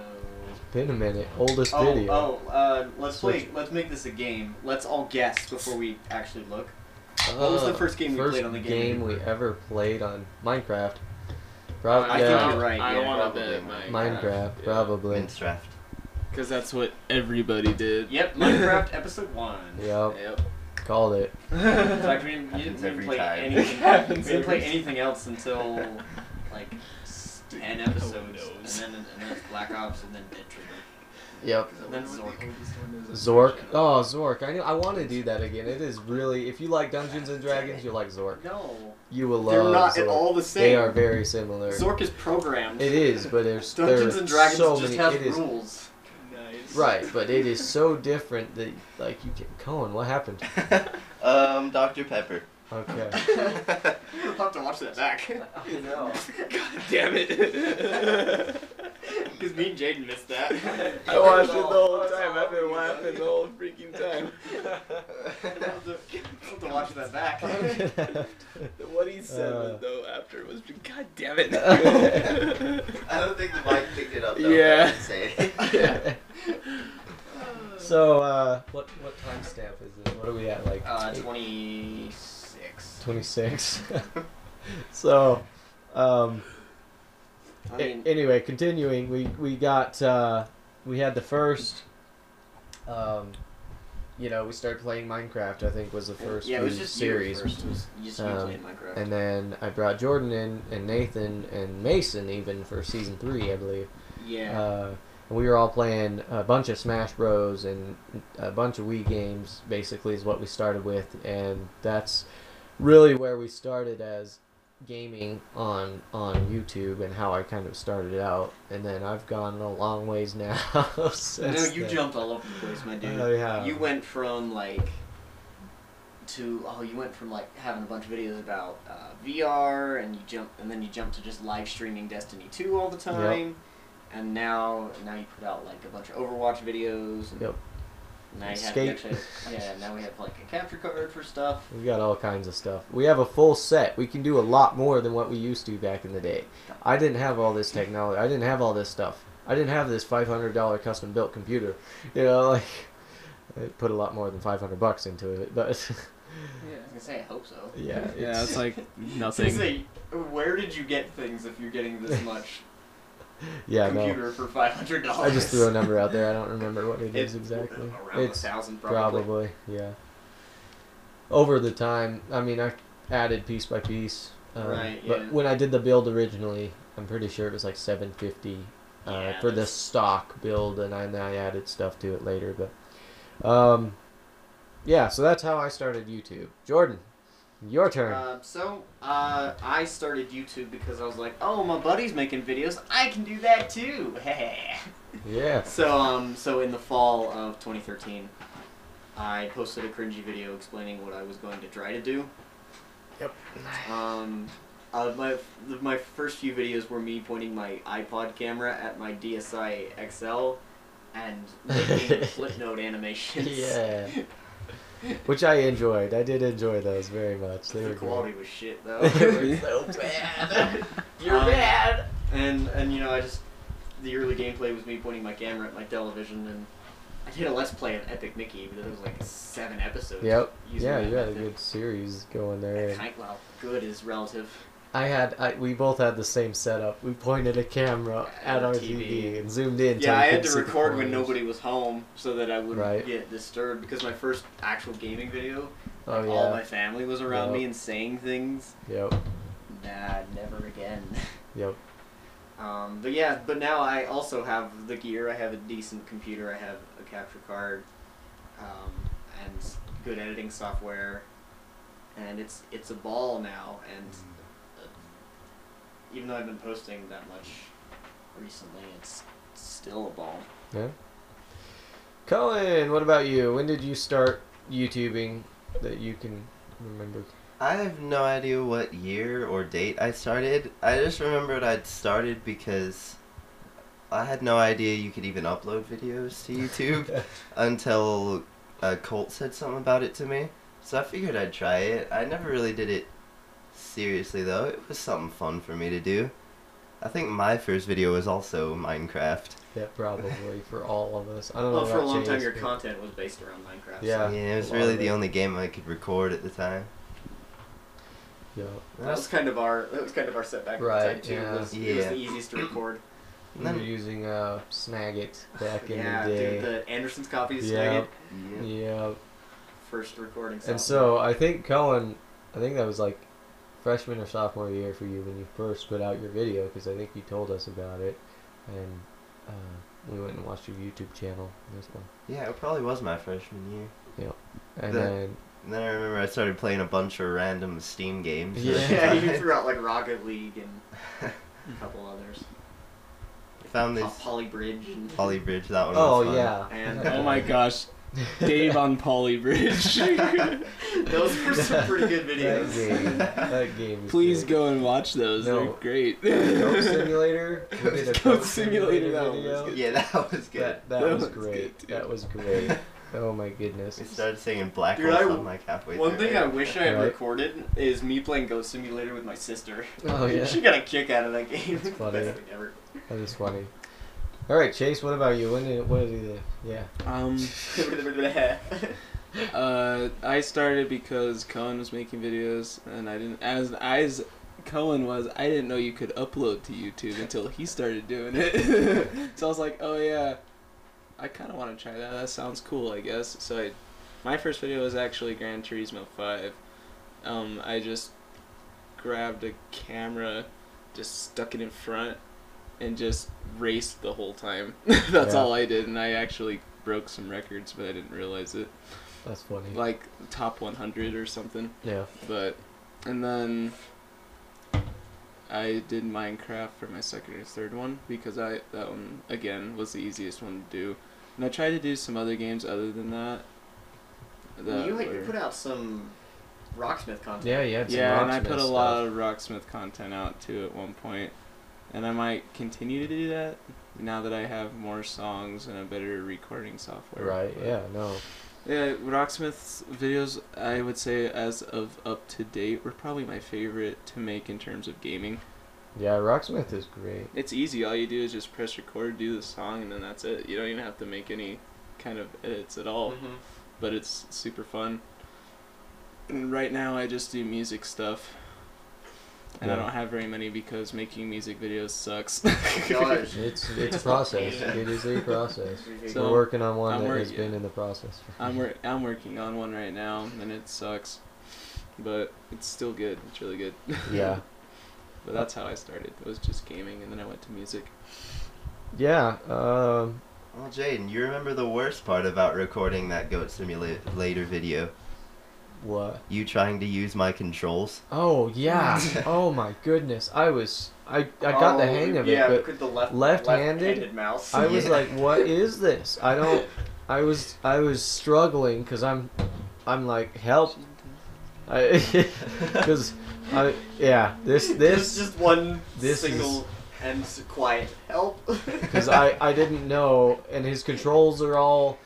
Speaker 2: Been a minute. Oldest
Speaker 1: Oh,
Speaker 2: video.
Speaker 1: oh uh, let's play.
Speaker 2: Switch.
Speaker 1: Let's make this a game. Let's all guess before we actually look. What was the
Speaker 2: Uh,
Speaker 1: first game we
Speaker 2: first
Speaker 1: played on the game?
Speaker 2: game we ever played on Minecraft. Prob-
Speaker 1: I
Speaker 2: yeah,
Speaker 1: think you're right,
Speaker 3: I
Speaker 1: yeah,
Speaker 3: want to
Speaker 4: probably
Speaker 3: bet uh,
Speaker 4: Minecraft.
Speaker 3: Minecraft.
Speaker 2: Minecraft, probably.
Speaker 4: Minecraft.
Speaker 3: because that's what everybody did.
Speaker 1: Yep, Minecraft episode one.
Speaker 2: Yep,
Speaker 3: Yep.
Speaker 2: called it.
Speaker 1: In fact, we didn't, we didn't,
Speaker 4: Happens
Speaker 1: we didn't
Speaker 4: every
Speaker 1: play
Speaker 4: time.
Speaker 1: anything. we
Speaker 5: Happens
Speaker 1: didn't play
Speaker 5: every-
Speaker 1: anything else until like s- ten episodes, and
Speaker 3: knows?
Speaker 1: then and then it's Black Ops, and then Dead Trigger,
Speaker 2: Yep.
Speaker 1: and then Zork.
Speaker 2: Zork. Oh, Zork. I knew. I want to do that again. It is really. If you like Dungeons and Dragons, you'll like Zork.
Speaker 1: No,
Speaker 2: You will love.
Speaker 1: they're not
Speaker 2: Zork.
Speaker 1: at all the same.
Speaker 2: They are very similar.
Speaker 1: Zork is programmed.
Speaker 2: It is, but there's
Speaker 1: Dungeons
Speaker 2: there's
Speaker 1: and Dragons
Speaker 2: so
Speaker 1: just
Speaker 2: many.
Speaker 1: has
Speaker 2: it is
Speaker 1: rules.
Speaker 3: Nice.
Speaker 2: right, but it is so different that like you get Cohen. What happened?
Speaker 4: um, Dr. Pepper.
Speaker 2: Okay.
Speaker 1: I'll have to watch that back.
Speaker 5: I know.
Speaker 1: God damn it. Because me and Jaden missed that.
Speaker 3: I watched it the whole time. I've been laughing the whole freaking time.
Speaker 1: I'll have to, I'll have to watch that back.
Speaker 3: What he said
Speaker 2: Uh.
Speaker 3: was though after was, God damn it.
Speaker 4: I don't think the mic picked it up. Though,
Speaker 3: Yeah.
Speaker 4: I didn't say it.
Speaker 2: so uh, what what timestamp is it? What are we at? Like
Speaker 1: Uh, 26.
Speaker 2: twenty six. so, um,
Speaker 1: I
Speaker 2: a-
Speaker 1: mean,
Speaker 2: anyway, continuing, we we got uh, we had the first. Um, you know, we started playing Minecraft. I think was the first
Speaker 1: yeah, it was
Speaker 2: few
Speaker 1: just
Speaker 2: series.
Speaker 1: You first. It was you just you
Speaker 2: Um,
Speaker 1: played Minecraft.
Speaker 2: And then I brought Jordan in and Nathan and Mason even for season three, I believe.
Speaker 1: yeah.
Speaker 2: Uh, and we were all playing a bunch of Smash Bros and a bunch of Wii games. Basically, is what we started with, and that's really where we started as gaming on on YouTube and how I kind of started out. And then I've gone a long ways now.
Speaker 1: no,
Speaker 2: since
Speaker 1: you
Speaker 2: then.
Speaker 1: jumped all over the place, my dude.
Speaker 2: I have.
Speaker 1: You went from like to oh, you went from like having a bunch of videos about uh, VR, and you jump, and then you jumped to just live streaming Destiny Two all the time, and now now you put out like a bunch of Overwatch videos. And
Speaker 2: Yep.
Speaker 1: Now you have
Speaker 2: Escape.
Speaker 1: actually, yeah. Now we have like a capture card for stuff.
Speaker 2: We've got all kinds of stuff. We have a full set. We can do a lot more than what we used to back in the day. I didn't have all this technology. I didn't have all this stuff. I didn't have this five hundred dollar custom built computer. You know, like I put a lot more than five hundred bucks into it. But
Speaker 1: I was gonna say I hope so.
Speaker 2: yeah, it's,
Speaker 3: Yeah, it's like nothing.
Speaker 1: Say, where did you get things if you're getting this much
Speaker 2: yeah, no.
Speaker 1: computer for five hundred
Speaker 2: I
Speaker 1: dollars?
Speaker 2: just threw a number out there. I don't remember what it is exactly.
Speaker 1: Around
Speaker 2: It's
Speaker 1: a thousand, probably.
Speaker 2: Probably, yeah. Over the time, I mean, I added piece by piece. Um,
Speaker 1: Right,
Speaker 2: But
Speaker 1: yeah.
Speaker 2: when I did the build originally, I'm pretty sure it was like 750 uh,
Speaker 1: Yeah,
Speaker 2: for the
Speaker 1: that's-
Speaker 2: stock build, and I, and I added stuff to it later. But, um, yeah, so that's how I started YouTube. Jordan, your turn.
Speaker 1: Uh, so uh, I started YouTube because I was like, oh, my buddy's making videos, I can do that too.
Speaker 2: yeah.
Speaker 1: so um, so in the fall of 2013, I posted a cringy video explaining what I was going to try to do.
Speaker 2: Yep.
Speaker 1: Um, uh, my my first few videos were me pointing my iPod camera at my DSi XL and making Flipnote animations.
Speaker 2: Yeah. Which I enjoyed. I did enjoy those very much. They
Speaker 1: The
Speaker 2: were
Speaker 1: quality
Speaker 2: great.
Speaker 1: was shit though. It was so bad. You're
Speaker 2: Um,
Speaker 1: bad. And and you know I just the early gameplay was me pointing my camera at my television and I did a let's play of Epic Mickey, but there was like seven episodes.
Speaker 2: Yep.
Speaker 1: using
Speaker 2: yeah,
Speaker 1: that
Speaker 2: you had a
Speaker 1: method.
Speaker 2: good series going there.
Speaker 1: And
Speaker 2: and-
Speaker 1: kind- well, good is relative.
Speaker 2: I had I, we both had the same setup. We pointed a camera
Speaker 1: At
Speaker 2: at
Speaker 1: our
Speaker 2: our
Speaker 1: TV.
Speaker 2: TV, and zoomed in. till
Speaker 1: yeah,
Speaker 2: we
Speaker 1: I had
Speaker 2: could
Speaker 1: to
Speaker 2: see the
Speaker 1: record when
Speaker 2: corners.
Speaker 1: nobody was home so that I wouldn't
Speaker 2: Right.
Speaker 1: get disturbed because my first actual gaming video,
Speaker 2: Oh yeah.
Speaker 1: all my family was around me
Speaker 2: Yep.
Speaker 1: and saying things.
Speaker 2: Yep.
Speaker 1: Nah, never again.
Speaker 2: Yep.
Speaker 1: Um, but yeah, but now I also have the gear. I have a decent computer. I have a capture card, um, and good editing software, and it's it's a ball now. And uh, even though I've been posting that much recently, it's still a ball.
Speaker 2: Colin, what about you? When did you start YouTubing that you can remember?
Speaker 4: I have no idea what year or date I started. I just remembered I'd started because I had no idea you could even upload videos to YouTube until uh, Colt said something about it to me. So I figured I'd try it. I never really did it seriously though. It was something fun for me to do. I think my first video was also Minecraft.
Speaker 2: Yeah, probably for all of us. I don't
Speaker 1: Well,
Speaker 2: know.
Speaker 1: Oh, for a
Speaker 2: about
Speaker 1: long time,
Speaker 2: James,
Speaker 1: your
Speaker 2: but-
Speaker 1: content was based around Minecraft.
Speaker 2: Yeah.
Speaker 4: Yeah, it was
Speaker 2: a lot
Speaker 4: really
Speaker 2: of
Speaker 4: the
Speaker 2: it.
Speaker 4: only game I could record at the time.
Speaker 2: Yeah.
Speaker 1: So that was kind of our that was kind of our setback. at the
Speaker 2: Right,
Speaker 1: time, too,
Speaker 2: yeah.
Speaker 1: was- It was
Speaker 4: Yeah.
Speaker 1: the easiest to record.
Speaker 2: We
Speaker 4: Then-
Speaker 2: were using uh, Snagit back in
Speaker 1: yeah,
Speaker 2: the day.
Speaker 1: dude, the Anderson's copy is Snagit.
Speaker 2: Yep.
Speaker 4: Yeah.
Speaker 2: yeah.
Speaker 1: First recording.
Speaker 2: And so I think Cohen, I think that was like freshman or sophomore year for you when you first put out your video because I think you told us about it, and uh, we went and watched your YouTube channel. This one,
Speaker 4: Yeah, it probably was my freshman year.
Speaker 2: and
Speaker 4: That-
Speaker 2: then
Speaker 4: And then I remember I started playing a bunch of random Steam games.
Speaker 1: yeah, you threw out like Rocket League and a couple others.
Speaker 4: Found
Speaker 1: Po-
Speaker 4: this
Speaker 1: Poly Bridge and
Speaker 4: Poly Bridge. That one. was
Speaker 2: oh
Speaker 4: fun.
Speaker 2: yeah,
Speaker 1: And-
Speaker 3: Oh my gosh, Dave on Polybridge.
Speaker 1: Those were some pretty good
Speaker 2: that
Speaker 1: videos.
Speaker 2: game, that game. is
Speaker 3: Please
Speaker 2: good.
Speaker 3: go and watch those.
Speaker 2: No.
Speaker 3: They're great.
Speaker 2: Goat Simulator. We did a
Speaker 3: Goat
Speaker 2: Goat
Speaker 3: Simulator, that one was
Speaker 2: video.
Speaker 3: good.
Speaker 4: Yeah, that was good.
Speaker 2: That, that,
Speaker 3: That
Speaker 2: was
Speaker 3: one's good,
Speaker 2: great.
Speaker 3: dude.
Speaker 2: That was great. Oh my goodness.
Speaker 4: We started singing Black
Speaker 1: Dude,
Speaker 4: Hole
Speaker 1: I-
Speaker 4: Sun like halfway
Speaker 1: One
Speaker 4: through.
Speaker 1: thing I wish I had
Speaker 2: Right.
Speaker 1: recorded is me playing Ghost Simulator with my sister.
Speaker 2: Oh yeah,
Speaker 1: she got a kick out of that game.
Speaker 2: That's funny.
Speaker 1: Best thing ever.
Speaker 2: that is funny. All right, Chase. What about you? When did what did you? Yeah.
Speaker 3: Um, uh, I started because Cohen was making videos, and I didn't as as Cohen was. I didn't know you could upload to YouTube until he started doing it. so I was like, oh yeah, I kind of want to try that. That sounds cool, I guess. So I, my first video was actually Gran Turismo Five. Um, I just grabbed a camera, just stuck it in front, and just raced the whole time. That's
Speaker 2: Yeah.
Speaker 3: all I did, and I actually broke some records, but I didn't realize it
Speaker 2: That's funny.
Speaker 3: like top 100 or something
Speaker 2: Yeah.
Speaker 3: but and then i did minecraft for my second or third one because i that one again was the easiest one to do and i tried to do some other games other than that, that
Speaker 1: you like
Speaker 3: were-
Speaker 1: put out some Rocksmith content.
Speaker 2: Yeah, yeah. it's
Speaker 3: yeah and i
Speaker 2: Rocksmith
Speaker 3: put a
Speaker 2: stuff.
Speaker 3: lot of rocksmith content out too at one point and i might continue to do that now that i have more songs and a better recording software
Speaker 2: Right.
Speaker 3: but-
Speaker 2: Yeah. No.
Speaker 3: Yeah, Rocksmith's videos, I would say, as of up to date, were probably my favorite to make in terms of gaming.
Speaker 2: Yeah. Rocksmith is great.
Speaker 3: It's easy. All you do is just press record, do the song, and then that's it. You don't even have to make any kind of edits at all.
Speaker 1: Mhm.
Speaker 3: But it's super fun. And right now, I just do music stuff. And I
Speaker 2: Yeah.
Speaker 3: don't have very many because making music videos sucks.
Speaker 1: Gosh.
Speaker 2: It's it's a process. It is a process.
Speaker 3: So-
Speaker 2: We're working on one
Speaker 3: I'm
Speaker 2: that
Speaker 3: work-
Speaker 2: has been in the process. for-
Speaker 3: I'm wor- I'm working on one right now, and it sucks, but it's still good. It's really good.
Speaker 2: Yeah.
Speaker 3: But that's how I started. It was just gaming, and then I went to music.
Speaker 2: Yeah. Um,
Speaker 4: Well, Jaden, you remember the worst part about recording that Goat Simulator video?
Speaker 2: what?
Speaker 4: You trying to use my controls?
Speaker 2: Oh yeah. oh my goodness. I was I I got the
Speaker 1: Oh,
Speaker 2: hang of
Speaker 1: yeah,
Speaker 2: it, but
Speaker 1: with the left
Speaker 2: left-handed,
Speaker 1: left-handed mouse.
Speaker 2: I was
Speaker 4: Yeah.
Speaker 2: like, what is this? I don't. I was I was struggling because I'm I'm like help. I because I yeah this
Speaker 1: There's
Speaker 2: this
Speaker 1: just one
Speaker 2: this
Speaker 1: single and s- quiet help.
Speaker 2: because I, I didn't know and his controls are all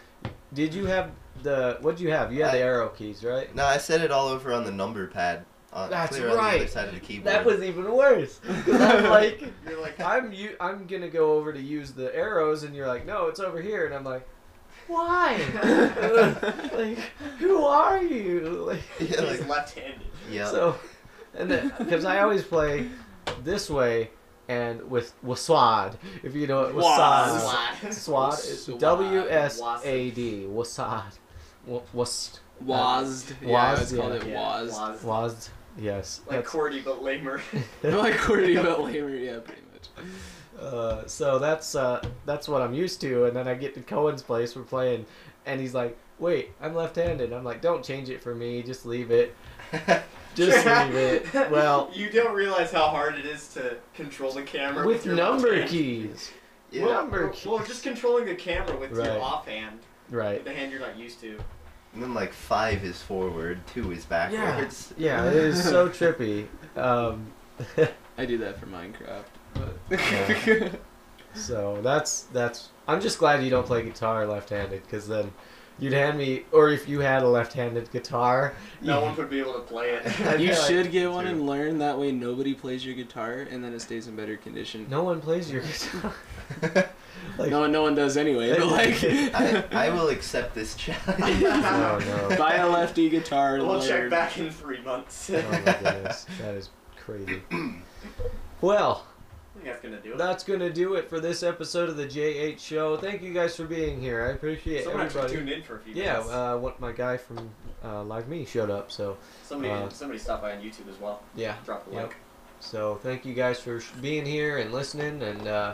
Speaker 2: did you have the what do you have you had the
Speaker 4: I-
Speaker 2: arrow keys right
Speaker 4: No, I said it all over on the number pad. On,
Speaker 2: That's
Speaker 4: clear On the other
Speaker 2: right.
Speaker 4: side of the keyboard.
Speaker 2: that was even worse 'Cause i'm like
Speaker 1: You're like,
Speaker 2: i'm you i'm gonna go over to use the arrows and you're like no it's over here and i'm like why like who are you like
Speaker 4: yeah, like,
Speaker 1: he's left-handed.
Speaker 4: yeah.
Speaker 2: So, and because I always play this way and with wasad, if you know what wasad,
Speaker 1: Wad.
Speaker 2: swad,
Speaker 3: Wasad.
Speaker 2: W S A D, wasad, Wa- was
Speaker 3: Wazd. Yeah, I always
Speaker 2: Uh, Wazd,
Speaker 3: called
Speaker 2: yeah.
Speaker 3: it
Speaker 1: Yeah,
Speaker 3: Wazd.
Speaker 1: Waz.
Speaker 2: was yes.
Speaker 1: Like
Speaker 2: that's-
Speaker 1: Cordy, but lamer.
Speaker 3: like Cordy but Lamer, yeah, pretty much.
Speaker 2: Uh, so that's uh, that's what I'm used to, and then I get to Cohen's place. We're playing, and he's like, "Wait, I'm left-handed." I'm like, "Don't change it for me. Just leave it. Just leave it." Well,
Speaker 1: you don't realize how hard it is to control the camera
Speaker 2: with
Speaker 1: your
Speaker 2: number
Speaker 1: left hand.
Speaker 2: keys,
Speaker 4: yeah.
Speaker 1: Well,
Speaker 2: Number
Speaker 1: well, well, just controlling the camera with
Speaker 2: Right.
Speaker 1: your offhand,
Speaker 2: right?
Speaker 1: with the hand you're not used to.
Speaker 4: And then like five is forward, two is backwards.
Speaker 2: Yeah, it is so trippy. Um,
Speaker 3: I do that for Minecraft, but
Speaker 2: Yeah. so that's that's. I'm just glad you don't play guitar left-handed, because then you'd hand me, or if you had a left-handed guitar,
Speaker 1: No
Speaker 2: you-
Speaker 1: one would be able to play
Speaker 2: I
Speaker 1: it.
Speaker 3: you
Speaker 2: feel like-
Speaker 3: should get one and learn. That way, nobody plays your guitar, and then it stays in better condition.
Speaker 2: no one plays your guitar. Like-
Speaker 3: no, no one does anyway. But
Speaker 4: I,
Speaker 3: like,
Speaker 4: I will accept this challenge.
Speaker 2: No, oh, no.
Speaker 3: buy a lefty guitar.
Speaker 1: we'll
Speaker 3: learn.
Speaker 1: check back in three months.
Speaker 2: Oh my goodness, that is crazy. Well,
Speaker 1: think that's gonna do it.
Speaker 2: That's gonna do it for this episode of the JH Show. Thank you guys for being here. I appreciate
Speaker 1: Someone actually
Speaker 2: everybody.
Speaker 1: tuned in for a few
Speaker 2: Yeah,
Speaker 1: minutes.
Speaker 2: uh, what my guy from uh, Live Me showed up. So
Speaker 1: somebody
Speaker 2: uh,
Speaker 1: somebody stopped by on YouTube as well.
Speaker 2: yeah,
Speaker 1: Drop the
Speaker 2: Yep.
Speaker 1: link.
Speaker 2: so thank you guys for sh- being here and listening, and uh,